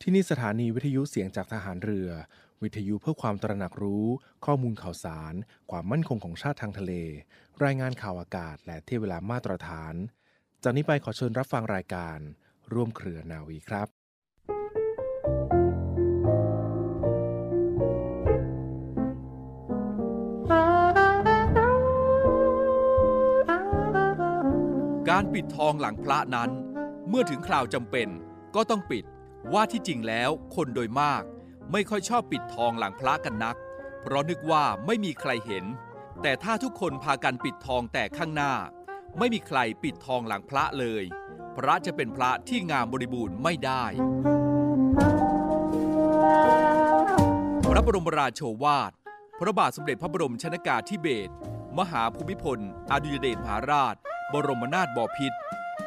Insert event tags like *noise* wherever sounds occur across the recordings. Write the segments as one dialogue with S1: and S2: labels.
S1: ที่นี่สถานีวิทยุเสียงจากทหารเรือ วิทยุเพื่อความตระหนักรู้ ข้อมูลข่าวสาร ความมั่นคงของชาติทางทะเล รายงานข่าวอากาศ และเที่ยวเวลามาตรฐาน จากนี้ไปขอเชิญรับฟังรายการ ร่วมเครือนาวีครับ
S2: การปิดทองหลังพระนั้น เมื่อถึงคราวจำเป็นก็ต้องปิดว่าที่จริงแล้วคนโดยมาก ไม่ค่อยชอบปิดทองหลังพระกันนัก เพราะนึกว่าไม่มีใครเห็น แต่ถ้าทุกคนพากันปิดทองแต่ข้างหน้า ไม่มีใครปิดทองหลังพระเลย พระจะเป็นพระที่งามบริบูรณ์ไม่ได้ พระบรมราโชวาท พระบาทสมเด็จพระบรมชนากาธิเบศรมหาภูมิพล อดุยเดชมหาราช บรมนาถบพิตร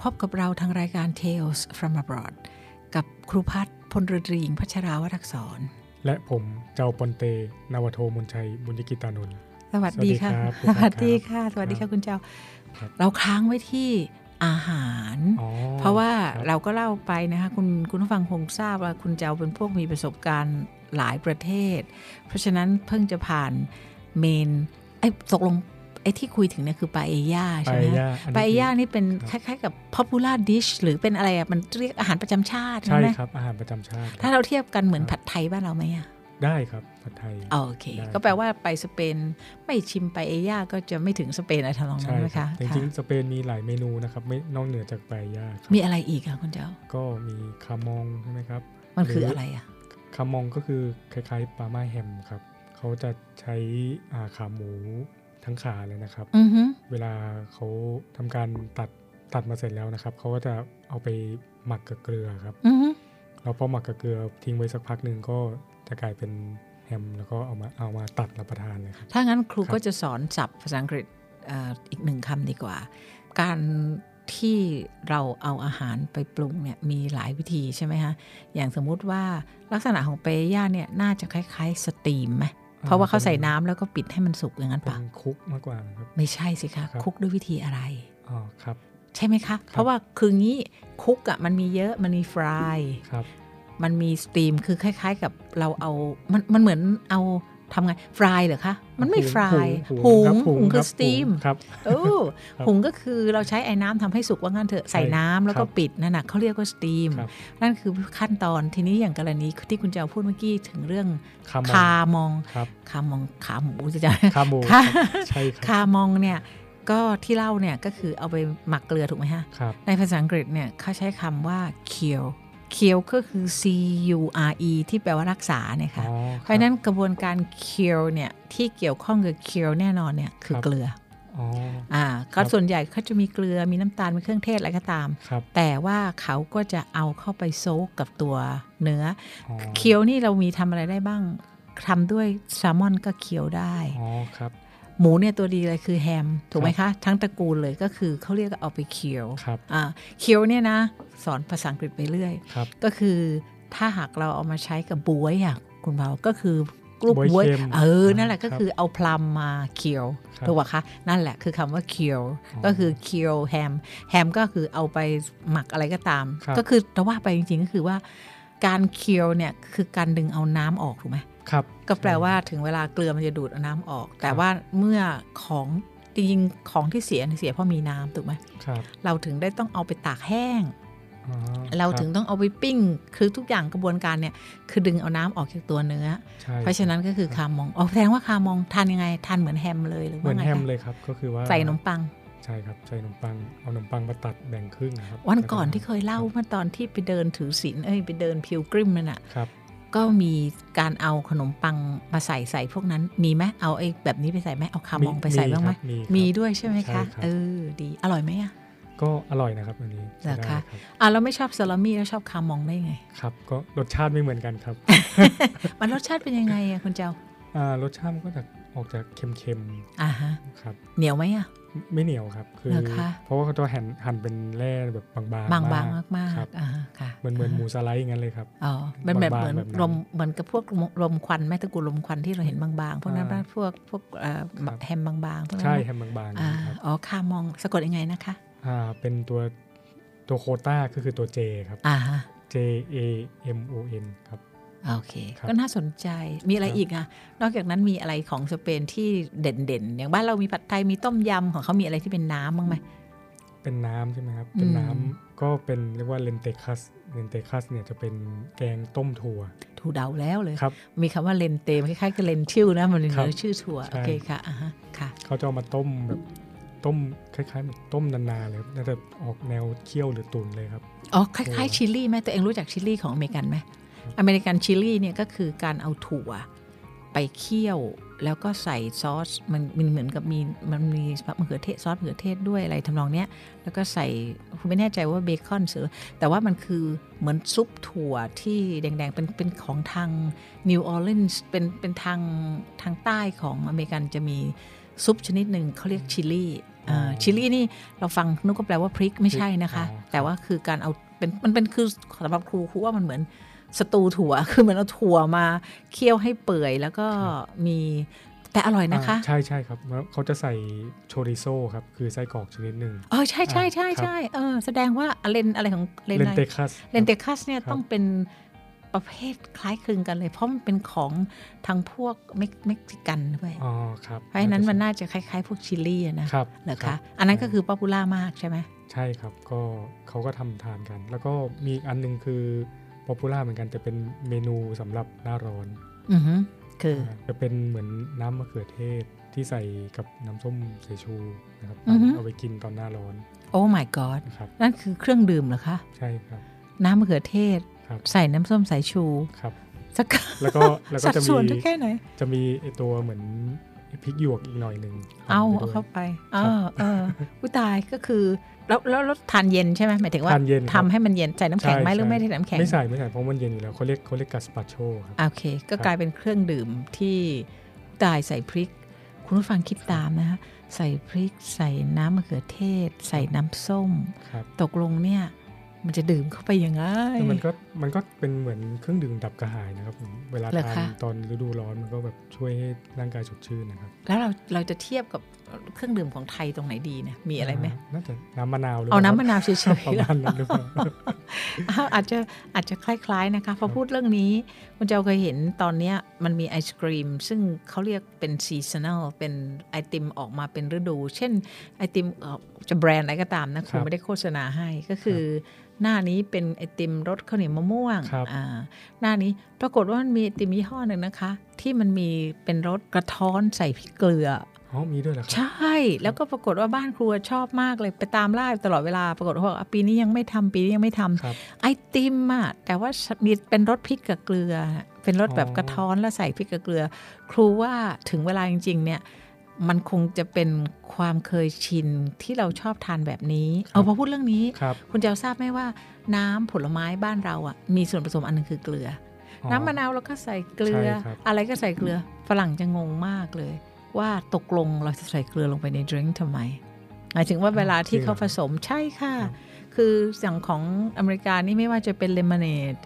S3: พบกับเราทางรายการ Tales from abroad กับครูพัฒน์พลรดรีงพัชราวรักษร
S4: และผมเจ้าปอนเต นาวโทมนชัย บุญยกิตานนท์
S3: สวัสดีค่ะ
S4: สวัสดี
S3: สวัสดี
S4: ครั
S3: ค่ะ
S4: บ
S3: สวัสดี
S4: ครั
S3: ค่ะ
S4: บ
S3: คุณเจ้า
S4: ครับ
S3: เราค้างไว้ที่อาหาร
S4: อ๋อ
S3: เพราะว่า
S4: คบ
S3: เราก็เล่าไปนะคะคุณคุณผู้ฟังคงทราบว่าคุณเจ้าเป็นพวกมีประสบการณ์หลายประเทศ เพราะฉะนั้นเพิ่งจะผ่านเมนไอ้ยตกลงไอ้ที่คุยถึงเนี่ยคือปาเอย่าใช่ไหม
S4: ปาเอ
S3: ฮะ
S4: ย่าอัน
S3: ปาเอย่า
S4: นี้คือ
S3: นี่เป็นคล้าย ๆ กับ popular dish หรือเป็นอะไรอ่ะ มันเรียกอาหารประจำชาติ
S4: ใช่
S3: ไหม
S4: ครับ อาหารประจำชาติ
S3: ถ้าเราเทียบกันเหมือนผัดไทยบ้านเราไหมอ่ะ
S4: ได้ครับผัดไทย
S3: โอเค
S4: ได้
S3: ก็แปลว่าไปสเปนไม่ชิมปาเอย่าก็จะไม่ถึงสเปนอะไรทำนองนั้
S4: ใช่
S3: นไหม
S4: ครั
S3: คะ
S4: บจริง
S3: ค่ะ
S4: ๆสเปนมีหลายเมนูนะครับ ไม่นอกเหนือจากปลายาครับ
S3: มีอะไรอีกคะคุณเจ้า
S4: ก็มีคามองใช่ไหมครับ
S3: มันคือ
S4: หรืออ
S3: อะไรอ่ะ
S4: คามองก็คือคล้ายๆปลาไม้แฮมครับ เขาจะใช้อ่าขาหมูทั้งขาเลยนะครับ
S3: อือฮึ
S4: เวลาเขาทำการตัดตัดมาเสร็จแล้วนะครับ เขาก็จะเอาไปหมักกับเกลือครับ
S3: อือฮึ
S4: แล้วพอหมักกับเกลือทิ้งไว้สักพักหนึ่งก็จะกลายเป็นแฮมแล้วก็เอามาเอามาตัดรับประทานเลยครับ
S3: ถ้างั้นครู
S4: ครับ
S3: ก็จะสอนศัพท์ภาษาอังกฤษเอ่ออีกหนึ่งคำดีกว่า การที่เราเอาอาหารไปปรุงเนี่ยมีหลายวิธีใช่ไหมคะอย่างสมมุติว่าลักษณะของเปย่าเนี่ยน่าจะคล้ายๆสตรีมไหมเพราะว่าเขาใส่น้ำแล้วก็ปิดให้มันสุกอย่างนั้น
S4: เป็
S3: ปะ
S4: นคุกมากกว่านะครับ
S3: ไม่ใช่สิคะ
S4: ครับ
S3: คุกด้วยวิธีอะไร
S4: อ๋อครับ
S3: ใช่ไหมคะ เพราะว่าคืองี้คุกอะมันมีเยอะมันมีฟราย
S4: ครับ
S3: มันมีสตรีมคือคล้าย ๆ กับเราเอา มันมันเหมือนเอาทำไงฟรายเหรอคะ มันไม่ฟราย
S4: หุ
S3: หุ
S4: ง
S3: ง
S4: รับ
S3: หุงคื
S4: รั
S3: อบสตรีม
S4: หุงครับ
S3: โอ้
S4: ครับ
S3: หุงก็คือเราใช้ไอ้น้ำทำให้สุกว่างั้นเถอะใส่น้ำแล้วก็
S4: ครับ
S3: ปิดนั่นนะเขาเรียกว่าสตรีม
S4: ครับ
S3: นั่นคือขั้นตอนทีนี้อย่างกรณีที่คุณเจ้าพูดเมื่อกี้ถึงเรื่อง
S4: คามอง
S3: คามอง
S4: ครับ
S3: คามองขาหมูจะ *laughs* จำ
S4: คาโม
S3: ค่ะ
S4: ใช่ค
S3: ครับ ามองเนี่ยก็ที่เล่าเนี่ยก็คือเอาไปหมักเกลือถูกไหมฮะ
S4: ครับ
S3: ในภาษาอังกฤษเนี่ยเขาใช้คำว่า cure cure ก็คือ c u r e ที่แปลว่ารักษาเนี่ย
S4: อ๋
S3: ค่ะ
S4: อ
S3: เพราะฉะนั้นกระบวนการ cure เนี่ยที่เกี่ยวข้องกับ cure แน่นอนเนี่ยคือเกลือ
S4: อ๋อ
S3: อ่า
S4: ครั
S3: ก็
S4: บ
S3: ส่วนใหญ่เขาจะมีเกลือมีน้ำตาล มีเครื่องเทศอะไรก็ตาม
S4: ครับ
S3: แต่ว่าเขาก็จะเอาเข้าไปโซกกับตัวเนื้อ
S4: อ๋อ
S3: อเคียวนี่เรามีทำอะไรได้บ้างทำด้วยแซลมอนก็เคียวได้
S4: อ๋อครับ
S3: หมูเนี่ยตัวดีเลยคือแฮม ถูกไหม
S4: ครั
S3: คะ
S4: บ
S3: ทั้งตระกูลเลยก็คือเขาเรียกเอาไปเคียว
S4: ครับ
S3: อ่าเคียวเนี่ยนะ สอนภาษาอังกฤษไปเรื่อย
S4: ครับ
S3: ก็คือถ้าหากเราเอามาใช้กับบวยอ่ะคุณเบาก็คือลูกบบว
S4: วย
S3: ย
S4: เค็ม
S3: เออนั่นแหละ
S4: ครั
S3: ก็
S4: บ
S3: คือเอาพลัมมาเคียว
S4: ครับ
S3: ถูกป่ะคะนั่นแหละคือคำว่าเคียว
S4: อ๋อ
S3: ก็คือเคียวแฮมแฮมก็คือเอาไปหมักอะไรก็ตาม
S4: ครับ
S3: ก็คือแต่ว่าไปจริงๆก็คือว่า การเคียวเนี่ยคือการดึงเอาน้ำออกถูกไหม
S4: ครับ
S3: ก็แปลว่าถึงเวลาเกลือมันจะดูดเอาน้ำออก แต่ว่าเมื่อของจริงๆของที่เสียเนี่ยเสียเพราะมีน้ำถูกไหม
S4: ครับ
S3: เราถึงได้ต้องเอาไปตากแห้ง
S4: อ๋อ
S3: เรา
S4: คบ
S3: ถึงต้องเอาไปปิ้ง คือทุกอย่างกระบวนการเนี่ยคือดึงเอาน้ำออกจากตัวเนื้อ
S4: ใช่
S3: เพราะฉะนั้นก็คือคามองอ๋อแสดงว่าคามองทานยังไงทานเหมือนแฮมเลยหรือ
S4: เหมือ
S3: ว่าน ไง
S4: แฮม
S3: คะ
S4: เลยครับ ก็คือว่า
S3: ใส่ขนมปัง
S4: ใช่ครับใส่ขนมปังเอาขนมปังมาตัดแบ่งครึ่งะครับ
S3: วันก่อนที่เคยเล่าเมื่อตอนที่ไปเดินถือศีลเอ้ยไปเดินพิวกริมนั่นน่ะ
S4: ครับ
S3: ก็มีการเอาขนมปังมาใส่ใส่พวกนั้นมีไหมเอาไอ้แบบนี้ไปใส่ไหมเอาคามองไปใส่บ้างไหม
S4: ครับมีครับ
S3: มีด้วยใช่ไหม
S4: ใช่ครั
S3: คะ
S4: บ
S3: เออ ดี อร่อยไหมอะ
S4: ก็อร่อยนะครับอันนี้ใช้ได้
S3: นะคะ
S4: รับ
S3: อ่ะเราไม่ชอบซาลามี่แล้วชอบคามองได้ไง
S4: ครับก็รสชาติไม่เหมือนกัน
S3: *laughs*
S4: ครับ
S3: มันรสชาติเป็นยังไงอะคุณเจ้า
S4: อ่ารสชาติมันก็จะออกจากเค็ม
S3: อ่าฮะ
S4: ๆครับ
S3: เหนียวไหมอะ
S4: ไม่เหนียวครับ คือ
S3: เหรอคะ
S4: เพราะว่าเขาจะหั่นหั่นเป็นแร่แบบบางๆ
S3: บางบางมากมาก
S4: ครับ
S3: อ่าฮะค่ะ
S4: เหมือนเหมือนหมูสไลด์อย่างนั้นเลยครับ
S3: อ๋อมันแบบ
S4: บาง
S3: เห
S4: ๆ
S3: มือน
S4: แบบนั้น
S3: ลมเหมือนกับพวกลมควันแม่ตะกูลมควันที่เราเห็นบางๆพวกนั้น
S4: อ่า
S3: พวกพวกเอ่อ
S4: ครับ
S3: แฮมบางๆพวกนั้น
S4: ใช่
S3: นะ
S4: แฮมบาง
S3: อ่า
S4: ๆครับ
S3: อ๋อคามองสะกดยังไงนะคะ
S4: อ่าเป็นตัวตัวโคต้าก็คือตัว J ครับ
S3: อ่าฮะ
S4: J A M O N ครับ
S3: โอเค
S4: ครับ
S3: ก็น่าสนใจมีอะไร
S4: ครับ
S3: อีกอะนอกจากนั้นมีอะไรของสเปนที่เด่นๆ อย่างบ้านเรามีผัดไทยมีต้มยำของเขามีอะไรที่เป็นน้ำบ้างไหม
S4: เป็นน้ำใช่ไหมครับ
S3: อืม
S4: เป็นน้ำก็เป็นเรียกว่าเลนเตคัสเลนเตคัสเนี่ยจะเป็นแกงต้มถั่ว
S3: ถูเดาแล้วเลย
S4: ครับ
S3: มีคำว่าเลนเตมนคล้ายๆกับเลนชิวนะมันเป็น
S4: ครับ
S3: ชื่อถั่ว
S4: ใช่
S3: โอเคค่ะอ่าฮะค่ะ
S4: เขาจะเอามาต้มแบบต้มคล้ายๆเหมือนต้มนานๆเลยครับน่าจะออกแนวเคี่ยวหรือตุนเลยครับ
S3: อ๋อ คล้าย
S4: โอ้
S3: ๆชิลลี่ไหมตัวเองรู้จักชิลลี่ของอเมริกันไหมอเมริกันชิลลี่เนี่ยก็คือการเอาถั่วไปเคี่ยวแล้วก็ใส่ซอสมันมันเหมือนกับมีมันมีมะเขือเทศซอสมะเขือเทศด้วยอะไรทำนองเนี้ย แล้วก็ใส่คุณไม่แน่ใจว่าเบคอนหรือแต่ว่ามันคือเหมือนซุปถั่วที่แดงๆ เป็นเป็นของทางนิวออร์ลีนส์เป็นเป็นทางทางใต้ของอเมริกันจะมีซุปชนิดหนึ่งเขาเรียกชิลลี่อ่า
S4: อ๋อ
S3: ชิลลี่นี่เราฟังนึกว่าแปลว่าพริกไม่ใช่นะคะ
S4: พริกอ๋อ
S3: แต่ว่าคือการเอาเป็นมันเป็นคือสำหรับครูครูว่ามันเหมือนสตูถั่ว *laughs* คือเหมือนเอาถั่วมาเคี่ยวให้เปื่อยแล้วก็มีแต่อร่อยนะคะ
S4: อ่าใช่ใช่ครับแล้วเขาจะใส่โชริโซครับ คือไส้กรอกชนิดหนึ่ง
S3: เออใช่ใช่ใช่
S4: อ่าครับ
S3: ใช่เออแสดงว่าเลนอะไรของเลน
S4: เลน
S3: อะไร
S4: เตคัส
S3: เลนเตคัสเนี่ย
S4: ครับ
S3: ต้องเป็นประเภทคล้ายคลึงกันเลย เพราะมันเป็นของทางพวกเม็กเม็กซิกันด้วย
S4: อ๋อครับ
S3: เพราะฉะนั้นมันน่าจะคล้ายๆ พวกชิลลี่อะนะครับ เหรอ
S4: รั
S3: คะ
S4: บ
S3: อันนั้นก็คือป๊อปปูล่ามากใช่ไหม
S4: ใช่ครับก็เขาก็ทำทานกัน แล้วก็มีอีกอันหนึงคือป๊อปปูล่าเหมือนกันแต่เป็นเมนูสำหรับหน้าร้อน
S3: อือฮึคือ
S4: จะเป็นเหมือนน้ำมะเขือเทศที่ใส่กับน้ำส้มสายชูนะครับเอาไปกินตอนหน้าร้อน
S3: โอ้ my god
S4: นะครับ
S3: นั่นคือเครื่องดื่มเหรอคะ
S4: ใช่ครับ
S3: น้ำมะเขือเทศ
S4: ครับ
S3: ใส่น้ำส้มสายชู
S4: ครับ
S3: สัก
S4: แล้วก็แล้วก็
S3: สัด
S4: จะ
S3: ส่วน
S4: มี
S3: จะแค่ไหน
S4: จะมีไอตัวเหมือนพริกหยวกอีกหน่อยหนึ่ง
S3: เอา
S4: หั่
S3: เอา
S4: นไปด้วย
S3: เข้าไป
S4: ครั
S3: เอบ อเออผู้ตายก็คือ แล้วแล้วแล้วทานเย็นใช่ไหมหมายถึงว่า
S4: ทานเย็นครับ
S3: ทำให้มันเย็นใส่น้ำแข็ง
S4: ใช่
S3: ไหมหรือ
S4: ใช่
S3: ไม่ได้ใส่น้ำแข็ง
S4: ไม่ใส่ไม่ใส่เพราะมันเย็นอยู่แล้วเขาเรียกเขาเรียกกัสปาโชครับ
S3: อ่ะโอเค ก็
S4: ครับ
S3: กลายเป็นเครื่องดื่มที่ผู้ตายใส่พริก คุณผู้ฟังคิดตามนะคะใส่พริก ใส่น้ำมะเขือเทศ ใส่น้ำส้ม
S4: ครับ
S3: ตกลงเนี่ย มันจะดื่มเข้าไปยังไง
S4: แต่มันก็มันก็เป็นเหมือนเครื่องดื่มดับกระหายนะครับผมเวลา
S3: เหรอ
S4: ทา
S3: คะ
S4: นตอนฤดูร้อนมันก็แบบช่วยให้ร่างกายสดชื่นนะครับ
S3: แล้วเราเราจะเทียบกับเครื่องดื่มของไทยตรงไหนดีเนี่ยมีอะไรไหม
S4: น่าจะน้ำมะนาวหรื
S3: เอา
S4: ปล่
S3: น้ำมะนาวเฉย
S4: ประ
S3: ๆ
S4: มาณนั้นหรือเปล่า
S3: อ้าวอาจจะอาจจะคล้ายๆนะคะพอพูดเรื่องนี้ คุณเจ้าเคยเห็นตอนเนี้ยมันมีไอศกรีม ซึ่งเขาเรียกเป็นซีซัน a ลเป็นไอติมออกมาเป็นฤดู เช่นไอติมเอ่อจะแบรนด์อะไรก็ตามนะคุ
S4: ครั
S3: ณ
S4: บ
S3: ไม่ได้โฆษณาให้ก็คือ หน้านี้เป็นไอติมรสข้าวเหนียวมะม่วง
S4: ครับ
S3: อ่าหน้านี้ปรากฏว่ามันมีไอติมยี่ห้อหนึ่งนะคะ ที่มันมีเป็นรสกระท้อนใส่พริกเกลือ
S4: อ๋อมีด้วยเหรอค
S3: ใช
S4: รับ่
S3: แล้วก็ปรากฏว่าบ้านครัวชอบมากเลยไปตามล่าตลอดเวลา ปรากฏว่าบอกอ่ะปีนี้ยังไม่ทำปีนี้ยังไม่ทำ
S4: ครับ
S3: ไอติมอะแต่ว่ามีเป็นรสพริกกับเกลือ เป็นรสแบบ
S4: อ๋อ
S3: กระท้อนแล้วใส่พริกกับเกลือ ครูว่าถึงเวลาจริง ๆ เนี่ย มันคงจะเป็นความเคยชินที่เราชอบทานแบบนี้ เอาพอพูดเรื่องนี้
S4: ครับ
S3: คุณเจ้าทราบไหมว่าน้ำผลไม้บ้านเราอะมีส่วนผสมอันหนึงคือเกลือ
S4: อ๋อ
S3: น้ำมะนาวเราก็ใส่เกลือ
S4: ใช่ครับ
S3: อะไรก็ใส่เกลือฝรั่งจะงงมากเลย ว่าตกลงเราจะใส่เกลือลงไปในดริงก์ทำไมหมายถึงว่าเวลาที่เขาผสมใช่ค่ะ คืออย่างของอเมริกานี่ไม่ว่าจะเป็นเลมอนเนด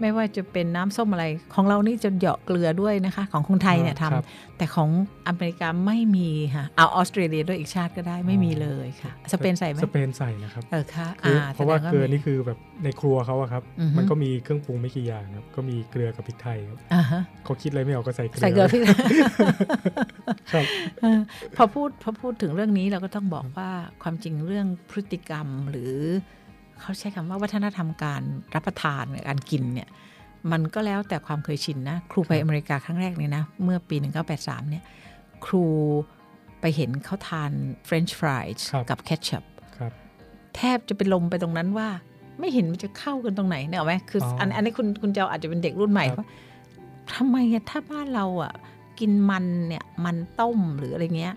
S3: ไม่ว่าจะเป็นน้ำส้มอะไร ของเรานี่จะเหยาะเกลือด้วยนะคะ ของคนไทยเนี่ยท
S4: ครับ
S3: ำแต่ของอเมริกาไม่มีค่ะเอาออสเตรเลียด้วยอีกชาติก็ได้ไม่มีเลยค่ะ สเปนใส่ไหม
S4: สเปนใส่นะครับ
S3: เออค่ะ
S4: คือ
S3: อ่า
S4: เพราะว่า
S3: แสดง
S4: เกลือ
S3: มี
S4: นี่คือแบบในครัวเขาอะครับ
S3: อือฮึ
S4: มันก็มีเครื่องปรุงไม่กี่อย่างครับ ก็มีเกลือกับพริกไทยครับ
S3: อ่าฮะ
S4: เขาคิดอะไรไม่ออกก็ใส่เกลือ
S3: ใส่เกลือพริก
S4: *laughs* ครับ
S3: เออพอพูดพอพูดถึงเรื่องนี้เราก็ต้องบอกว่าความจริงเรื่องพฤติกรรมหรือเขาใช้คำว่าวัฒนธรรมการรับประทานหรือการกินเนี่ยมันก็แล้วแต่ความเคยชินนะ ครูไปอเมริกาครั้งแรกเนี่ยนะ เมื่อปี 1983 เนี่ย ครูไปเห็นเขาทาน French fries
S4: ครับ
S3: กับแค t ชั p
S4: ครับ
S3: แทบจะเป็นลมไปตรงนั้นว่า ไม่เห็นมันจะเข้ากันตรงไหนเนี่ยหรอาไหมคืออ
S4: ออั
S3: อันอันนี้คุณคุณเจ้าอาจจะเป็นเด็กรุ่นใหม่
S4: ครับ
S3: ว่าทำไมอะถ้าบ้านเราอ่ะกินมันเนี่ยมันต้มหรืออะไรเงี้ย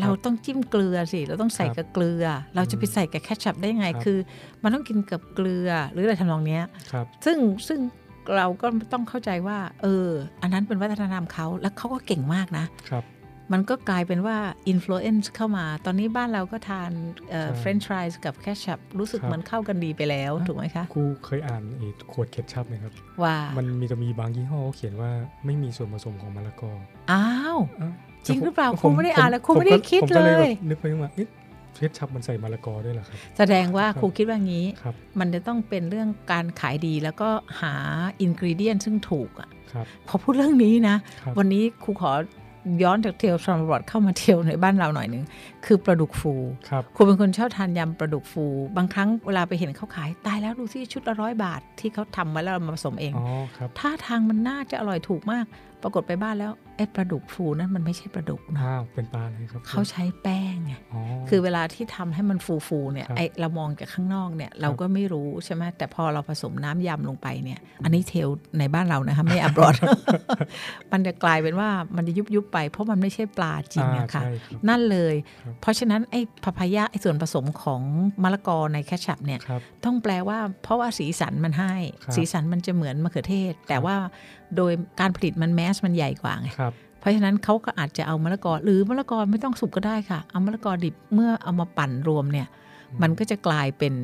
S3: เราต้องจิ้มเกลือสิ เราต้องใส่
S4: ครับ
S3: กับเกลือ เราจะไปใส่กับแคชชัพได้ยังไง
S4: ครับ
S3: คือ มันต้องกินกับเกลือหรืออะไรทำนองเนี้ย
S4: ครับ
S3: ซึ่งซึ่งเราก็ต้องเข้าใจว่า เออ อันนั้นเป็นวัฒนธรรมเขาแล้วเขาก็เก่งมากนะ
S4: ครับ
S3: มันก็กลายเป็นว่าอิ f ฟลูเอนซ์เข้ามา ตอนนี้บ้านเราก็ทาน
S4: ใช่
S3: เฟรนช์ฟรายส์กับแคชชัพรู้สึก
S4: ครับ
S3: เหมันเข้ากันดีไปแล้ว
S4: ครับ
S3: ถูกไหมคะ
S4: ครูเคยอ่านไอ้ขวดเคชัพไหมครับ
S3: ว่า
S4: มันมีจะมีบางยี่ห้อเขาเขียนว่าไม่มีส่วนผสมของมะละกอ
S3: อ้าว
S4: อ่ะ
S3: จริงหรือเปล่า
S4: แต่ผ
S3: ครูไม่ได้อ่านแล้วครู
S4: ผ
S3: ไม่ได้
S4: ก็
S3: คิด
S4: ผมก็
S3: เลย
S4: แบบนึกไปว่าเอ๊ะเคชัพมันใส่มะละกอด้วยเหรอครับ
S3: แสดงว่า
S4: ครับ
S3: ครูคิดว่างี้
S4: ครับ
S3: มันจะต้องเป็นเรื่องการขายดีแล้วก็หาอินกรีเดียนซึ่งถูกอะ
S4: ครับ
S3: พอพูดเรื่องนี้นะ
S4: ครับ
S3: วันนี้ครูขอย้อนจากเทลทรัมบอร์ดเข้ามาเทลในบ้านเราหน่อยหนึ่งคือปลาดุกฟู
S4: ครับ
S3: ครูเป็นคนชอบทานยำปลาดุกฟู บางครั้งเวลาไปเห็นเขาขายตายแล้วดูที่ชุดละร้อยบาทที่เขาทำไว้แล้วเรามาผสมเอง
S4: อ๋อครับ
S3: ท่าทางมันน่าจะอร่อยถูกมาก ปรากฏไปบ้านแล้วไอ้ปลาดุกฟูนั้นมันไม่ใช่ปลาดุกนะ
S4: อ้าวเป็นปลาเลยครับ
S3: เขาใช้แป้งไง
S4: อ๋อ
S3: คือเวลาที่ทำให้มันฟูๆเนี่ย
S4: ครับ
S3: ไอเรามองจากข้างนอกเนี่ยเราก็ไม่รู้ใช่ไหมแต่พอเราผสมน้ำยำลงไปเนี่ย อันนี้เทลในบ้านเรานะคะ *laughs* ไม่อับรอด มันจะกลายเป็นว่ามันจะยุบๆไป เพราะมันไม่ใช่ปลาจริง
S4: า
S3: นะคะ
S4: ใช่รับ
S3: นั่นเลย
S4: ครับ
S3: เพราะฉะนั้นไอ้พะพายะไอ้ส่วนผสมของมะละกอในแคชชัพเนี่ย
S4: ครับ
S3: ต้องแปลว่าเพราะว่าสีสันมันให้
S4: ครับ
S3: สีสันมันจะเหมือนมะเขือเทศ แต่
S4: ครับ
S3: ว่าโดยการผลิตมันแมสมันใหญ่กว่าไง
S4: ครับ
S3: เพราะฉะนั้นเขาก็อาจจะเอามะละกอหรือมะละกอไม่ต้องสุกก็ได้ค่ะ เอามะละกอดิบเมื่อเอามาปั่นรวมเนี่ย
S4: อืม
S3: มันก็จะกลายเป็น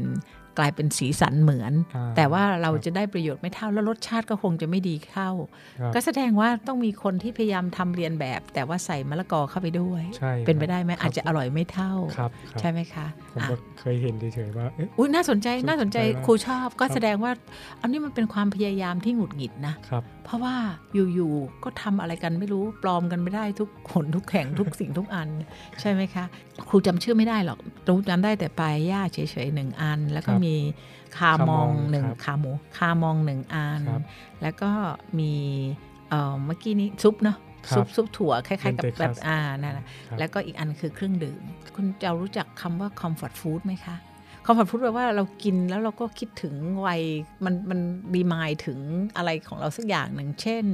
S3: กลายเป็นสีสันเหมือน
S4: อ่า
S3: แต่ว่าเรา
S4: ครับ
S3: จะได้ประโยชน์ไม่เท่าแล้วรสชาติก็คงจะไม่ดีเท่า
S4: ครับ
S3: ก็แสดงว่าต้องมีคนที่พยายามทำเรียนแบบ แต่ว่าใส่มะละกอเข้าไปด้วย
S4: ใช่
S3: เป็นไปได้ไหม
S4: ครับ
S3: อาจจะอร่อยไม่เท่า
S4: ครับครับ
S3: ใช่ไหมคะ
S4: ผม
S3: อ่ะ
S4: ก็เคยเห็นเฉยๆว่าเอ๊ะ
S3: อุ้ยน่าสนใจน่าสนใจ
S4: สนใจมาก
S3: ครูชอบ ก็
S4: ครับ
S3: แสดงว่า อันนี้มันเป็นความพยายามที่หงุดหงิดนะ
S4: ครับ
S3: เพราะว่าอยู่ๆ ก็ทำอะไรกันไม่รู้ปลอมกันไม่ได้ทุกคนทุกแข่ง ทุกสิ่งทุกอัน ใช่ไหมคะ ครูจำชื่อไม่ได้หรอกรู้จำได้แต่ปลายย่าเฉยๆหนึ่งอัน แล้วก็
S4: ครับ
S3: มีคามองหนึ่ง
S4: ครับ
S3: ขาหมูคามองหนึ่งอัน
S4: ครับ
S3: แล้วก็มีเอ่อเมื่อกี้นี้ซุปเนาะ
S4: ครับ
S3: ซุปซุปถั่วคล้ายๆ กับ
S4: เป็นเต
S3: แบ
S4: คั
S3: บ
S4: ส
S3: อ่านั่นแหละ
S4: ครับ
S3: แล้วก็อีกอันคือเครื่องดื่ม คุณเจะรู้จักคำว่า comfort food ไหมคะ comfort food แปลว่าเรากินแล้วเราก็คิดถึงวัยมันมันรีมายถึงอะไรของเราสักอย่างหนึ่ง เช่น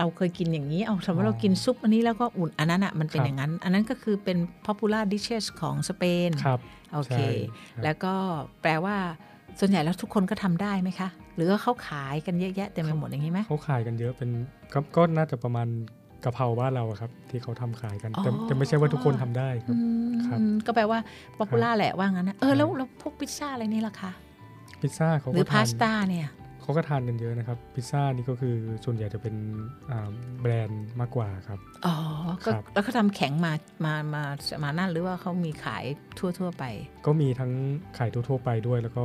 S3: เราเคยกินอย่างนี้ เอาสมมติ
S4: อ๋อ
S3: เรากินซุปอันนี้แล้วก็อุ่นอันนั้นอ่ะมันเป็น
S4: ครับ
S3: อย่างนั้น อันนั้นก็คือเป็น popular dishes ของสเปน
S4: ครับ
S3: โอเค
S4: ใช่ครับ
S3: แล้วก็แปลว่าส่วนใหญ่แล้วทุกคนก็ทำได้ไหมคะ หรือว่าเขาขายกันเยอะแยะเต็มไปหมดอย่างนี้ไหม
S4: เขาขายกันเยอะเป็นก็ก็น่าจะประมาณกะเพราบ้านเราอะครับ ที่เขาทำขายกันแต่
S3: อ๋อ
S4: แต่ไม่ใช่ว่าทุกคนทำได้ครับ
S3: อืม
S4: ครับ
S3: ก็แปลว่า popular แหละว่างั้นนะเออแล้ว
S4: ครับ
S3: แล้วพวกพิซซ่าอะไรนี่ล่ะคะ
S4: พิซซ่าเขา
S3: ห
S4: ก็
S3: รือพา
S4: ทาน
S3: สต้าเนี่ย
S4: เขาก็ทานกันเยอะนะครับพิซซ่านี่ก็คือส่วนใหญ่จะเป็นอ่าแบรนด์มากกว่าครับ
S3: อ๋อ ก็
S4: ครับ
S3: แล้วเขาทำแข็งมา มา มา มานั่นหรือว่าเขามีขายทั่วทั่วๆไป
S4: ก็มีทั้งขายทั่วๆไปด้วย แล้วก็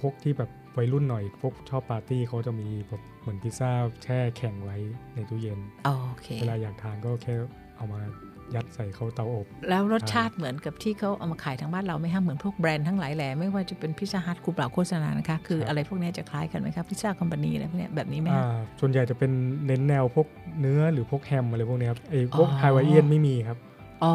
S4: พวกที่แบบวัยรุ่นหน่อย พวกชอบปาร์ตี้เขาจะมีแบบเหมือนพิซซ่าแช่แข็งไว้ในตู้เย็น
S3: อ๋อโอเค
S4: เวลาอยากทานก็แค่เอามายัดใส่เข้าเตาอบ
S3: แล้วรสชาติเหมือนกับที่เขาเอามาขายทางบ้านเราไหม่ห้ามเหมือนพวกแบรนด์ทั้งหลายแหล่ไม่ว่าจะเป็นพิซซ่าฮัทคูเปล่าโฆษณานะคะ คือ
S4: ครับ
S3: อะไรพวกเนี้ยจะคล้ายกันไหมคะพิซซ่าคอมพานีอะไรพวกเนี้ยแบบนี้ไหม
S4: อ่า
S3: คะ
S4: ส่วนใหญ่จะเป็นเน้นแนวพวกเนื้อหรือพวกแฮมอะไรพวกเนี้ยครับไอ้พวก
S3: อ๋อ
S4: ไฮวายเอียนไม่มีครับ
S3: อ๋อ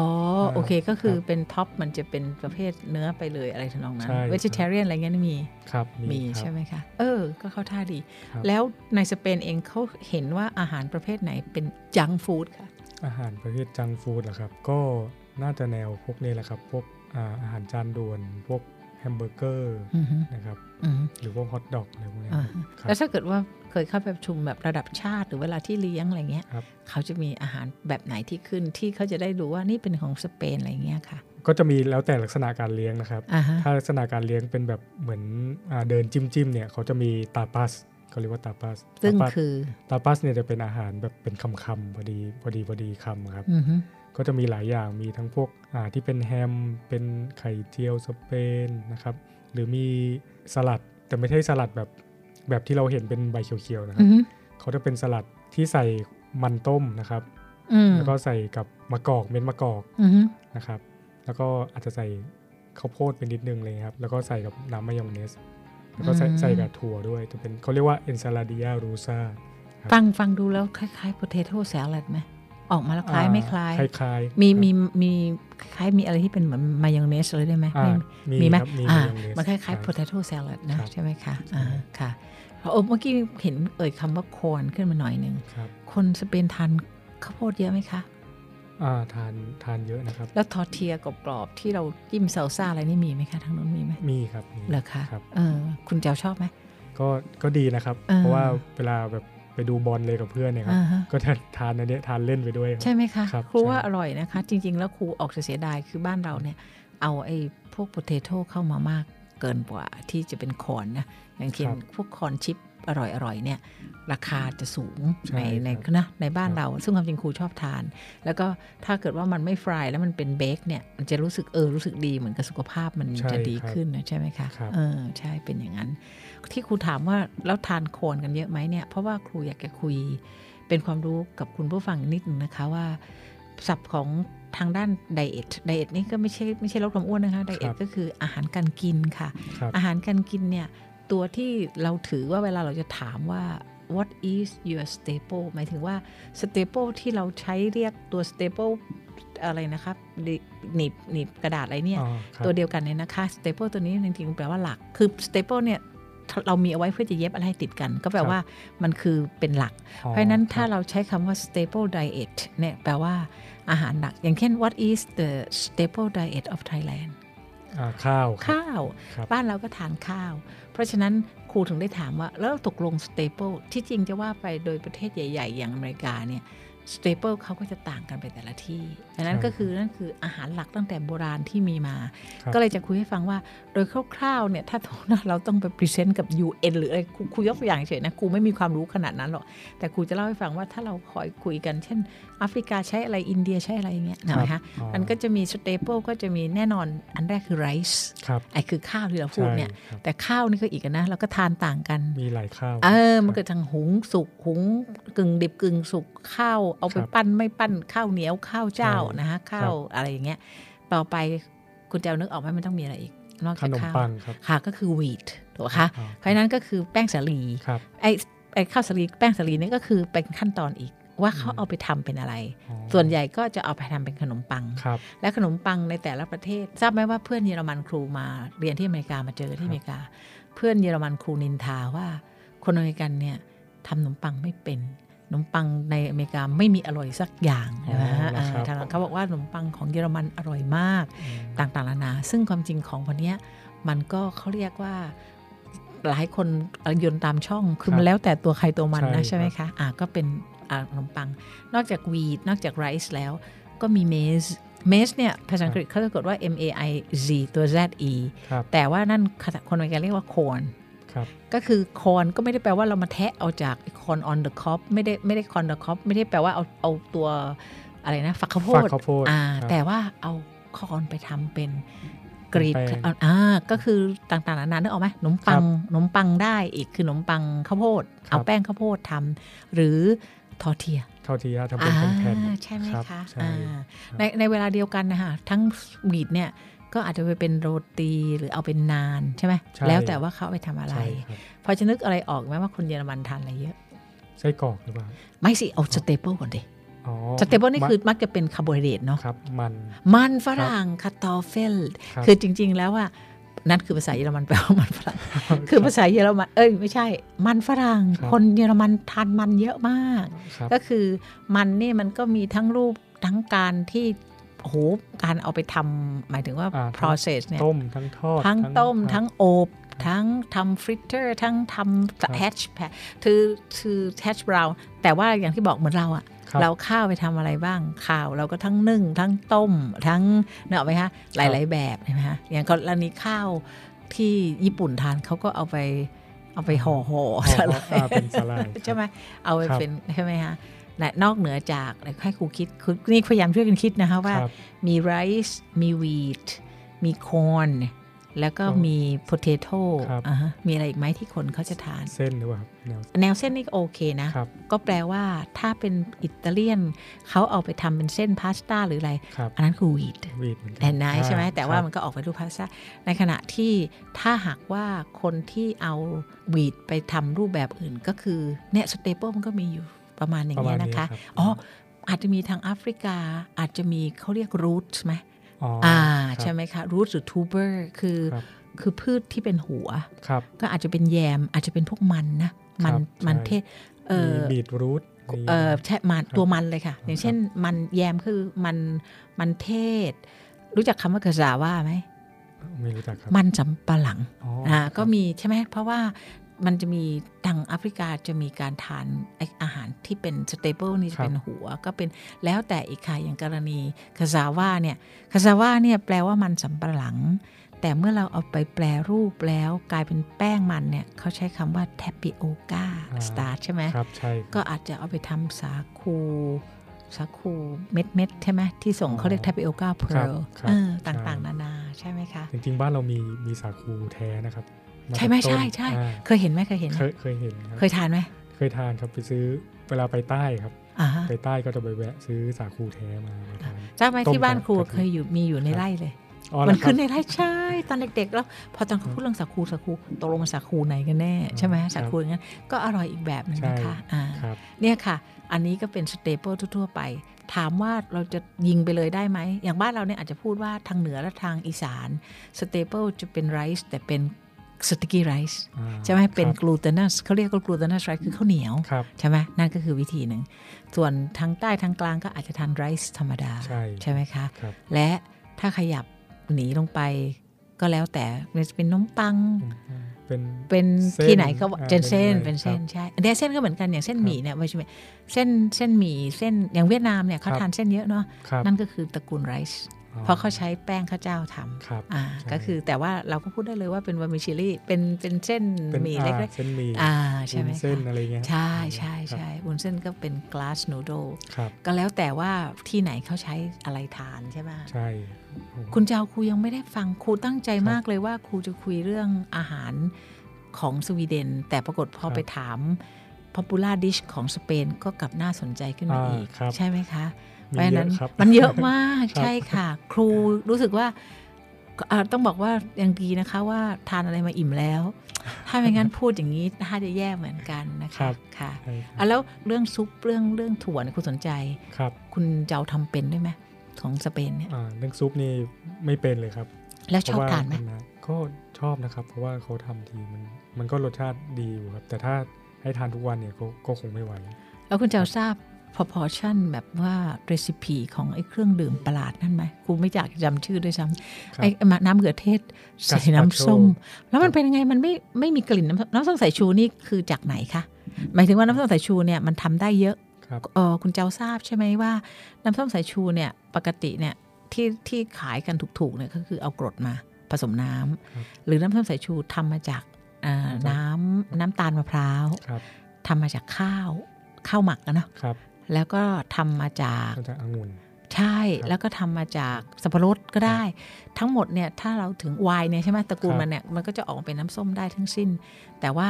S3: โอเค ก็คือ
S4: ครับ
S3: เป็นท็อปมันจะเป็นประเภทเนื้อไปเลยอะไรทำนองนั้น
S4: ใช่ครับ
S3: เวจิเทเรียนอะไรเงี้ยนี่มี
S4: ครับ
S3: มี
S4: ครับ
S3: ใช่ไหมคะ เออ ก็เข้าท่าดี
S4: ครับ
S3: แล้วในสเปนเองเขาเห็นว่าอาหารประเภทไหนเป็นจังฟู้ดค่ะ
S4: อาหารประเภทจังฟู้ดเหรอครับ ก็น่าจะแนวพวกนี้แหละครับ พวกอ่าอาหารจานด่วน พวกแฮมเบอร์เกอร์
S3: อือฮึ
S4: นะครับ
S3: อือฮึ
S4: หรือพวกฮอทดอกอะไรพวกเนี้ย
S3: อ่า
S4: ครับครั
S3: แล้ว
S4: บ
S3: ถ้าเกิดว่าเคยเข้าไปประชุมแบบระดับชาติหรือเวลาที่เลี้ยงอะไรเงี้ย
S4: ครับ
S3: เขาจะมีอาหารแบบไหนที่ขึ้นที่เขาจะได้รู้ว่านี่เป็นของสเปนอะไรเงี้ยค่ะ
S4: ก็จะมีแล้วแต่ลักษณะการเลี้ยงนะครับ
S3: อ่าฮะ
S4: ถ้าลักษณะการเลี้ยงเป็นแบบเหมือนอ่าเดินจิ้มจิ้มๆเนี่ยเขาจะมีตาปัสเขาเรียกว่าตาปัส
S3: ซึ่ง
S4: ตาปัส
S3: คือ
S4: ตาปัสเนี่ยจะเป็นอาหารแบบเป็นคำคำๆพอดีพอดีพอดีคำครับ
S3: อือฮึ
S4: ก็จะมีหลายอย่าง มีทั้งพวกอ่าที่เป็นแฮม เป็นไข่เจียวสเปนนะครับ หรือมีสลัด แต่ไม่ใช่สลัดแบบแบบที่เราเห็นเป็นใบเขียวๆนะครั
S3: อื
S4: บ
S3: อฮึ
S4: เขาจะเป็นสลัดที่ใส่มันต้มนะครับ
S3: อืม
S4: แล้วก็ใส่กับมะกอกเม็ดมะกอก
S3: อือฮึ
S4: นะครับ แล้วก็อาจจะใส่ข้าวโพดเป็นนิดนึงเลยครับ แล้วก็ใส่กับน้ำมายองเนส แล้วก็ใส่ใส่กับถั่วด้วย จะเป็นเขาเรียกว่าเอนซาลาดิยารูซา ครับ
S3: ฟังฟังดูแล้วคล้ายๆ potato salad ไหมออกมาแล้วคล้ายไม่คล้าย
S4: คล้ายคล้ายๆ
S3: มี
S4: ครับ
S3: มีมีคล้ายมีอะไรที่เป็นเหมือนมายองเนสเลยได้ไหม
S4: อ่า
S3: ไม่
S4: มี
S3: มีไหม
S4: ครับมี
S3: อ่าม
S4: ายองเนส
S3: มันคล้ายๆ
S4: รับ
S3: potato salad นะครับใช่ไหมคะ
S4: ใช่
S3: อ่าค่ะเออเมื่อกี้เห็นเอ่ยคำว่าคอนขึ้นมาหน่อยหนึ่ง
S4: ครับ
S3: คนสเปนทานข้าวโพดเยอะไหมคะ
S4: อ่าทานทานเยอะนะครับ
S3: แล้วทอร์เทียกรอบๆที่เราจิ้มซาลซ่าอะไรนี่มีไหมคะทางนู้นมีไหม
S4: มีครับมี
S3: เหรอคะ
S4: ครับ
S3: เออคุณเจ้าชอบไหม
S4: ก็ก็ดีนะครับ
S3: อ่า
S4: เพราะว่าเวลาแบบไปดูบอลเลยกับเพื่อนเนี่ยครับ
S3: อ่าฮะ
S4: ก็จะทานอันเนี้ยทานเล่นไปด้วยครับ
S3: ใช่ไหมคะ
S4: ครับ
S3: ครูว่า
S4: ใช่
S3: อร่อยนะคะ จริง ๆ แล้วครูออกจะเสียดายคือบ้านเราเนี่ย เอาไอ้พวก p o เ a โต้เข้ามามากเกินกว่าที่จะเป็นคอนนะ อย่างเช่นพวกคอนชิปอร่อยๆเนี่ย ราคาจะสูง
S4: ใช่
S3: ในใน
S4: ครับ
S3: นะในบ้าน
S4: ครับ
S3: เรา ซึ่งความจริงครูชอบทาน แล้วก็ถ้าเกิดว่ามันไม่ฟรายแล้วมันเป็นเบคเนี่ย มันจะรู้สึกเออรู้สึกดีเหมือนกับสุขภาพมัน
S4: ใช่
S3: จะดี
S4: ครับ
S3: ขึ้นนะใช่ไหมคะ
S4: ครับ
S3: เออใช่เป็นอย่างนั้น ที่ครูถามว่าแล้วทานโคนกันเยอะไหมเนี่ย เพราะว่าครูอยากจะคุย เป็นความรู้กับคุณผู้ฟังนิดนึงนะคะว่าศัพท์ของทางด้านไดเอทไดเอทนี่ก็ไม่ใช่ไม่ใช่ลดความอ้วนนะคะไดเอท
S4: ครับ
S3: ก็คืออาหารการกินค่ะ
S4: ครับ
S3: อาหารการกินเนี่ย ตัวที่เราถือว่าเวลาเราจะถามว่า what is your staple หมายถึงว่า staple ที่เราใช้เรียกตัว staple อะไรนะครับดิหนีบหนีบกระดาษอะไรเนี่ย
S4: อ๋อครับ
S3: ตัวเดียวกันเนี่ยนะคะ staple ตัวนี้จริงๆแปลว่าหลัก คือ staple เนี่ยเรามีเอาไว้เพื่อจะเย็บอะไรให้ติดกัน ก็แปล
S4: ครับ
S3: ว่ามันคือเป็นหลัก
S4: อ๋อ
S3: เพราะฉะนั้นถ้า
S4: คบ
S3: เราใช้คำว่า staple diet เนี่ยแปลว่าอาหารหลัก อย่างเช่น what is the staple diet of Thailand
S4: อ่าข้าวครับ
S3: ข้าว
S4: ครับ
S3: บ้านเราก็ทานข้าว เพราะฉะนั้นครูถึงได้ถามว่า แล้วตกลง staple ที่จริงจะว่าไปโดยประเทศใหญ่ ๆ อย่างอเมริกาเนี่ย staple เขาก็จะต่างกันไปแต่ละที่ดังนั้น
S4: ใช่
S3: ก็คือนั่นคืออาหารหลักตั้งแต่โบราณที่มีมา
S4: ครับ
S3: ก็เลยจะคุยให้ฟังว่าโดยคร่าวๆเนี่ยถ้าเราต้องไปพรีเซนต์กับ UN หรืออะไรครูครูยกตัวอย่างเฉยๆนะครูไม่มีความรู้ขนาดนั้นหรอก แต่ครูจะเล่าให้ฟังว่าถ้าเราคอยคุยกัน เช่นแอฟริกาใช้อะไรอินเดียใช้อะไรอย่างเงี้ยนะคะ
S4: อ๋อ
S3: มันก็จะมีสเตเปิลก็จะมีแน่นอนอันแรกคือไรซ์
S4: ครับ
S3: ไอ้คือข้าวที่เราพูด
S4: ใช่
S3: เนี่ย
S4: ครับ
S3: แต่ข้าวนี่ก็อีกอะนะเราก็ทานต่างกัน
S4: มีหลายข้าว
S3: เออ มันเกิดทางหุงสุกหุงกึ่งดิบกึ่งสุกข้าวเอาไป
S4: ครับ
S3: ปั้นไม่ปั้นข้าวเหนียวข้าวเจ้า
S4: ใช่
S3: นะฮะข้า
S4: ครั
S3: ว
S4: บ
S3: อะไรอย่างเงี้ยต่อไปคุณเจ้านึกออกไหมมันต้องมีอะไรอีก นอก
S4: ข
S3: จาก
S4: นม
S3: ข้าว
S4: ปังครับ
S3: ค่ะก็คือวีทถูกไหมคะ
S4: อ๋อ
S3: เพราะฉะนั้นก็คือแป้งสาลี
S4: ครับ
S3: ไอ้ไอ้ข้าวสาลีแป้งสาลีนี่ก็คือเป็นขั้นตอนอีกว่าเขา
S4: อืม
S3: เอาไปทำเป็นอะไร
S4: อ๋อ
S3: ส่วนใหญ่ก็จะเอาไปทำเป็นขนมปัง
S4: ครับ
S3: และขนมปังในแต่ละประเทศ ทราบไหมว่าเพื่อนเยอรมันครูมาเรียนที่อเมริกามาเจอที่อเมริกา เพื่อนเยอรมันครูนินทาว่าคนอเมริกันเนี่ยทำขนมปังไม่เป็นขนมปังในอเมริกาไม่มีอร่อยสักอย่าง
S4: อ๋อ
S3: นะฮะ
S4: เหรอครับ
S3: เออทางหลังเขาบอกว่าขนมปังของเยอรมันอร่อยมาก
S4: อืม
S3: ต่างๆนานาซึ่งความจริงของคนเนี้ยมันก็เขาเรียกว่าหลายคนเอ่อยนต์ตามช่อง คือมั
S4: ครั
S3: น
S4: บ
S3: แล้วแต่ตัวใครตัวมันนะ
S4: ใช่
S3: ใช่ไหม
S4: ครับ
S3: คะอ่ะก็เป็นอ่ะขนมปัง นอกจากวีดนอกจากไรซ์แล้วก็มีเมสเมสเนี่ย ภาษาอังกฤษเขาจะกดว่า M A I Z ตัว Z E
S4: ครับ
S3: แต่ว่านั่นคนอเมริกันเรียกว่าโคน
S4: ครับ
S3: ก็คือคอนก็ไม่ได้แปลว่าเรามาแทะเอาจากคอน on the cob ไม่ได้ไม่ได้คอน the cob ไม่ได้แปลว่าเอาเอาตัวอะไรนะฝักข้าวโพ
S4: ฝั
S3: ด
S4: กข้าวโพด
S3: อ่า
S4: ครับ
S3: แต่ว่าเอาคอนไปทำเป็นกรีด
S4: เป็นแป้ง
S3: อ่าก็คือต่างๆนานานึกออกไหมขนมปังขนมปังได้อีกคือขนมปังข้าวโพด
S4: ครับ
S3: เอาแป้งข้าวโพดทำหรือทอเทีย
S4: เท่าที่ทำเป็นแผ่น
S3: อ่า
S4: ๆ
S3: ใช่ไหม
S4: รับ
S3: คะ
S4: ใช่
S3: อ่าในในเวลาเดียวกันนะคะทั้งบีดเนี่ยก็อาจจะไปเป็นโรตีหรือเอาเป็นนานใช่ไหม
S4: ใช่
S3: แล้วแต่ว่าเขาเอาไปทำอะไร
S4: ใช่ครับ
S3: พอจะนึกอะไรออกไหมว่าคนเยอรมันทานอะไรเยอะ
S4: ไส้กรอกหรือเปล่า
S3: ไม่สิ เอาสเตเปิลก่อนดิ
S4: อ๋อ
S3: สเตเปิลนี่
S4: มั
S3: คือมักจะเป็นคาร์โบไฮเดรตเนาะ
S4: ครับมัน
S3: มันฝรั่งคาตอเฟล
S4: ครับ
S3: คือจริง ๆ แล้วว่านั่นคือภาษาเยอรมันแปลว่ามันฝรั่งคือภาษาเยอรมันเอ้ยไม่ใช่ มันฝรั่ง
S4: ครับ
S3: คนเยอรมันทานมันเยอะมาก
S4: ครับ
S3: ก็คือมันนี่มันก็มีทั้งรูปทั้งการที่โอ้โหการเอาไปทำหมายถึงว่า
S4: อ่า
S3: process เนี่ย
S4: ต้มทั้งทอด
S3: ทั้งต้ม
S4: ครับ
S3: ทั้งโอบทั้งทำฟริตเตอร์ ทั้งท
S4: ครับ
S3: ำแฮชแพคือคือแฮชบราวน์แต่ว่าอย่างที่บอกเหมือนเราอะ
S4: ครับ
S3: เราข้าวไปทำอะไรบ้างข้าวเราก็ทั้งนึ่ง ทั้งต้ม ทั้งเนกอะไหมคะหลาย ๆ แบบใช่ไหมคะอย่างกรณีข้าวที่ญี่ปุ่นทานเขาก็เอาไปเอาไปห่อห่อ
S4: ทอ
S3: อะ
S4: ด
S3: ไร
S4: อ่าเป็นสลายครับ
S3: ใช่ไหมเอาไป
S4: ครับ
S3: เป็นใช่ไหมฮะและนอกเหนือจากให้ครูคิดคือนี่พยายามช่วยกันคิดนะคะว่า
S4: ครับ
S3: มีไรซ์มีวีทมีคอนแล้วก็
S4: อ๋อ
S3: มีโพเทโต้
S4: ครับ
S3: มีอะไรอีกไหมที่คนเขาจะทาน
S4: เส้นหรือเปล่าครับแนว
S3: แนวเส้นนี่ก็โอเคนะ
S4: ครับ
S3: ก็แปลว่าถ้าเป็นอิตาเลียน เขาเอาไปทำเป็นเส้นพาสต้าหรืออะไร
S4: ครับ
S3: อันนั้นคือวีท
S4: วีดเหมือนกั
S3: เห็นไหม
S4: อ่า
S3: ใช่ไหมแต่
S4: ครับ
S3: ว่ามันก็ออกไปรูปพาสต้าในขณะที่ถ้าหากว่าคนที่เอาวีทไปทำรูปแบบอื่นก็คือเนี่ยสเตเปิลมันก็มีอยู่ประมาณอย่างเงี้ย
S4: ประมาณนี้
S3: นะคะ
S4: ครับ
S3: อ๋ออาจจะมีทางแอฟริกาอาจจะมีเขาเรียกรูทไหม
S4: อ๋ออ่า
S3: อ่าใช่ไหมคะรูทหรือทูเบอร์คือ
S4: ครับ
S3: คือพืชที่เป็นหัว
S4: ครับ
S3: ก็อาจจะเป็นแยมอาจจะเป็นพวกมันนะ มัน
S4: ครับ
S3: มัน
S4: ใช่
S3: เทศเออ
S4: มีบีดรูท นนี้
S3: เอ่อใช่มัน
S4: ครับ
S3: ตัวมันเลยค่ะ อย่างเช่นมันแยมคือมันมันเทศ รู้จักคำว่ากระสาว่าไหม
S4: ไม่รู้จักครับ
S3: มันสำปะหลัง
S4: อ๋ออ่
S3: าก็มีใช่ไหมเพราะว่ามันจะมีทางแอฟริกาจะมีการทานไอ้อาหารที่เป็นสเตเบิลนี่จะเป็นหัวก็เป็นแล้วแต่อีกค่ะอย่างกรณีคาซาว่าเนี่ยคาซาว่าเนี่ยแปลว่ามันสำปะหลัง แต่เมื่อเราเอาไปแปลรูปแล้วกลายเป็นแป้งมันเนี่ยเขาใช้คำว่าแทปิโอกา
S4: า
S3: สตาร์ใช่ไหม
S4: ครับใช่
S3: ก็อาจจะเอาไปทำสาคูสาคูเม็ดเม็ดๆใช่ไหมที่ส่ง
S4: อ๋อ
S3: เขาเรียกทาปิโอกาเพล
S4: ครับ
S3: เออต่างๆ นานาใช่ไหมคะ
S4: จริงๆบ้านเรามีมีสาคูแท้นะครับา
S3: ใช่ไหม
S4: จากต้น
S3: ใช่ใช่
S4: อ่า
S3: เคยเห็นไหมเคยเห็นไห
S4: เค
S3: ม
S4: ยเคยเห็นครับ
S3: เคยทานไหม
S4: เคยทานครับไปซื้อเวลาไปใต้ครับ
S3: อ่าฮะ
S4: ไปใต้ก็จะไปแวะซื้อสาคูแท้มามาทาน
S3: เจ้าไหม
S4: ต้ม
S3: ที่บ้าน
S4: กับ
S3: ครู
S4: กะทิ
S3: เคยอยู่มีอยู่ในไร่เลย
S4: อ๋อ
S3: มัน
S4: เหรอ
S3: ขึ้น
S4: รับ
S3: ในไร่ใช่ ตอนเด็กๆแล้วพอตอนเขาพูดเรื่องสาคูสาคูตกลงมันสาคูไหนกันแน่ใช่ไหม
S4: ครับ
S3: สาคูอย่างนั้นก็อร่อยอีกแบบหนึงนะคะ
S4: ใช่
S3: อ่า
S4: ครับ
S3: เนี่ยค่ะ อันนี้ก็เป็นสเตเปิลทั่วๆไป ถามว่าเราจะยิงไปเลยได้ไหม อย่างบ้านเราเนี่ยอาจจะพูดว่าทางเหนือและทางอีสานสเตเปิลจะเป็นไรซ์แต่เป็นสติกี้ไรซ์
S4: อ่า
S3: ใช่ไหมเป็น
S4: ครับ
S3: กลูเตนัสเขาเรียกว่ากลูเตนัสไรซ์คือข้าวเหนียว
S4: ครับ
S3: ใช่ไหมนั่นก็คือวิธีหนึ่ง ส่วนทางใต้ทางกลางก็อาจจะทานไรซ์ธรรมดา
S4: ใช่
S3: ไหมคะ
S4: ครับ
S3: และถ้าขยับหนีลงไปก็แล้วแต่มันจะเป็นนมปัง
S4: เป็น
S3: เป็น
S4: เส้น
S3: ที่ไหนก็
S4: อ่า
S3: เจนเส้น
S4: เป็
S3: เป็น
S4: น
S3: เส้น
S4: อะไร
S3: ใช่แต่เส้นก็เหมือนกันอย่างเส้น
S4: ครับ
S3: หมี่เนี่ยไว้ใช่ไหมเส้นเส้นหมี่เส้นอย่างเวียดนามเนี่ยเขา
S4: ครับ
S3: ทานเส้นเยอะเนาะ
S4: ครับ
S3: นั่นก็คือตระกูลไรซ์
S4: อ๋อ
S3: เพราะเขาใช้แป้งข้าวเจ้าทำ
S4: ครับ
S3: อ่า
S4: ใช่
S3: ก็คือแต่ว่าเราก็พูดได้เลยว่าเป็นวามิชิลี่เป็นเป็นเส้น
S4: เป็น
S3: หมี่
S4: อ่า
S3: เล็ก
S4: เส้นหมี่
S3: ๆอ่าใช่ไหม
S4: วุ้นเส้น
S3: คะ
S4: อะไรเงี้ย
S3: ใช่ใช่ใช่
S4: ครับ
S3: วุ้นเส้นก็เป็น glass noodle
S4: ครับ
S3: ก็แล้วแต่ว่าที่ไหนเขาใช้อะไรทานใช่ไหม
S4: ใช่
S3: คุณเจ้าครูยังไม่ได้ฟังครูตั้งใจมากเลยว่าครูจะคุยเรื่องอาหารของสวีเดน แต่ปรากฏพอไปถาม popular dish ของสเปนก็กลับน่าสนใจขึ้นมา
S4: อ่า
S3: อีก
S4: ครับ
S3: ใช่ไหมคะ
S4: มี
S3: เพราะฉะ
S4: เย
S3: นั้
S4: อะ
S3: น
S4: ครับ
S3: มันเยอะมาก
S4: *laughs* ครับ
S3: ใช่ค่ะ ครูรู้สึกว่าอ่าต้องบอกว่ายังดีนะคะว่าทานอะไรมาอิ่มแล้ว ถ้าไม่งั้นพูดอย่างนี้ถ้าจะแย่เหมือนกันนะคะค่ะ
S4: ใช่ค
S3: อ่ะแล้วเรื่องซุปเรื่องเรื่องถั่วเนี่ยครูสนใจ
S4: รับ
S3: คุณเจ้าทำเป็นด้วยไหมของสเปนเนี่ย
S4: อ่าเรื่องซุปนี่ไม่เป็นเลยครับ
S3: แล้วชอบ
S4: เพระว่
S3: ทานไหม
S4: ะก็ชอบนะครับ เพราะว่าเขาทำทีมันมันก็รสชาติดีอยู่ครับ แต่ถ้าให้ทานทุกวันเนี่ยก็ก็คงไม่ไหว
S3: แล้วคุณเจ้าทราบ proportion แบบว่า recipe ของไอ้เครื่องดื่มประหลาดนั่นไหมกูไม่อยากจำชื่อด้วยซ้
S4: ค
S3: ำ
S4: รับ
S3: ไอ้น้ำเกลือเทศ ใส่น้ำส้ม แล้วมันเป็นยังไงมันไม่ไม่มีกลิ่นน้ำน้ำส้มสายชูนี่คือจากไหนคะ หมายถึงว่าน้ำส้มสายชูเนี่ยมันทำได้เยอะ
S4: ครับ
S3: เออคุณเจ้าทราบใช่ไหมว่า น้ำส้มสายชูเนี่ยปกติเนี่ยที่ที่ขายกันถูกๆเนี่ยก็คือเอากรดมาผสมน้ำ
S4: ครับ
S3: หรือน้ำส้มสายชูทำมาจากเอ่อน้ำน้ำตาลมะพร้าว
S4: ครับ
S3: ทำมาจากข้าวข้าวหมักนะเนาะ
S4: ครับ
S3: แล้วก็ทำมาจาก
S4: ก็จะองุ่น
S3: ใช่
S4: ครับ
S3: แล้วก็ทำมาจากสับปะรดก็ได้ ทั้งหมดเนี่ยถ้าเราถึงวายเนี่ยใช่ไหมตระกูล
S4: ครับ
S3: มันเนี่ยมันก็จะออกมาเป็นน้ำส้มได้ทั้งสิ้น แต่ว่า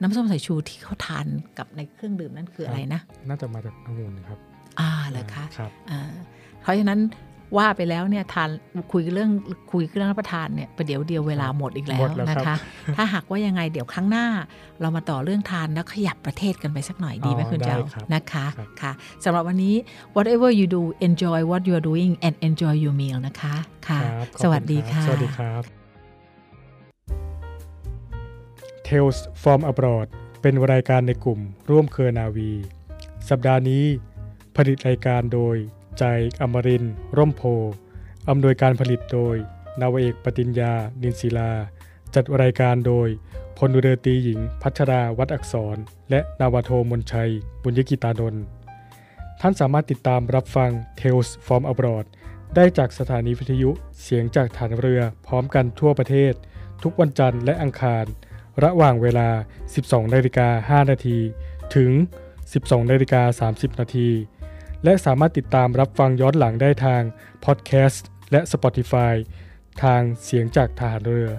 S3: น้ำส้มสายชูที่เขาทานกับในเครื่องดื่มนั่นคือ
S4: ครับ
S3: อะไรนะ
S4: น่าจะมาจากองุ่นครับ
S3: อ่าเหรอคะ
S4: ครับ
S3: อ่าเพราะฉะนั้นว่าไปแล้วเนี่ยทานคุยเรื่องคุยเรื่องรับประทานเนี่ยประเดี๋ยวเดียวเวลาหมดอีกแล้
S4: หม
S3: ว
S4: ดแล้ว
S3: นะ
S4: รับ
S3: คะ ถ้าหากว่ายังไงเดี๋ยวครั้งหน้า เรามาต่อเรื่องทานแล้วขยับประเทศกันไปสักหน่อยดีไหมคุณเจ้า
S4: อ๋อด้รับ
S3: นะคะ
S4: ครับ
S3: ค่ะสำหรับวันนี้ whatever you do enjoy what you are doing and enjoy your meal นะคะค่ะ
S4: ครับขอบ
S3: สวัสดี
S4: ณรับ
S3: ค่ะ
S4: สวัสดีครับ Tales from abroad เป็นรายการในกลุ่มร่วมเครือนาวี สัปดาห์นี้ ผลิตรายการโดย ใจอมรินทร์ร่มโพธิ์อำนวยการผลิตโดย นาวเอกปฏิญญา นินศิลา จัดรายการโดย พลเรือตรีหญิง พัชราวัดอักษร และนาวาโทมนชัย บุญยกิตานนท์ท่านสามารถติดตามรับฟัง Tales from abroad ได้จากสถานีวิทยุเสียงจากฐานเรือพร้อมกันทั่วประเทศ ทุกวันจันทร์และอังคาร ระหว่างเวลา 12นาฬิกา5นาทีถึง 12นาฬิกา30นาทีและสามารถติดตามรับฟังย้อนหลังได้ทางพอดแคสต์และ Spotify ทางเสียงจากฐานเรือ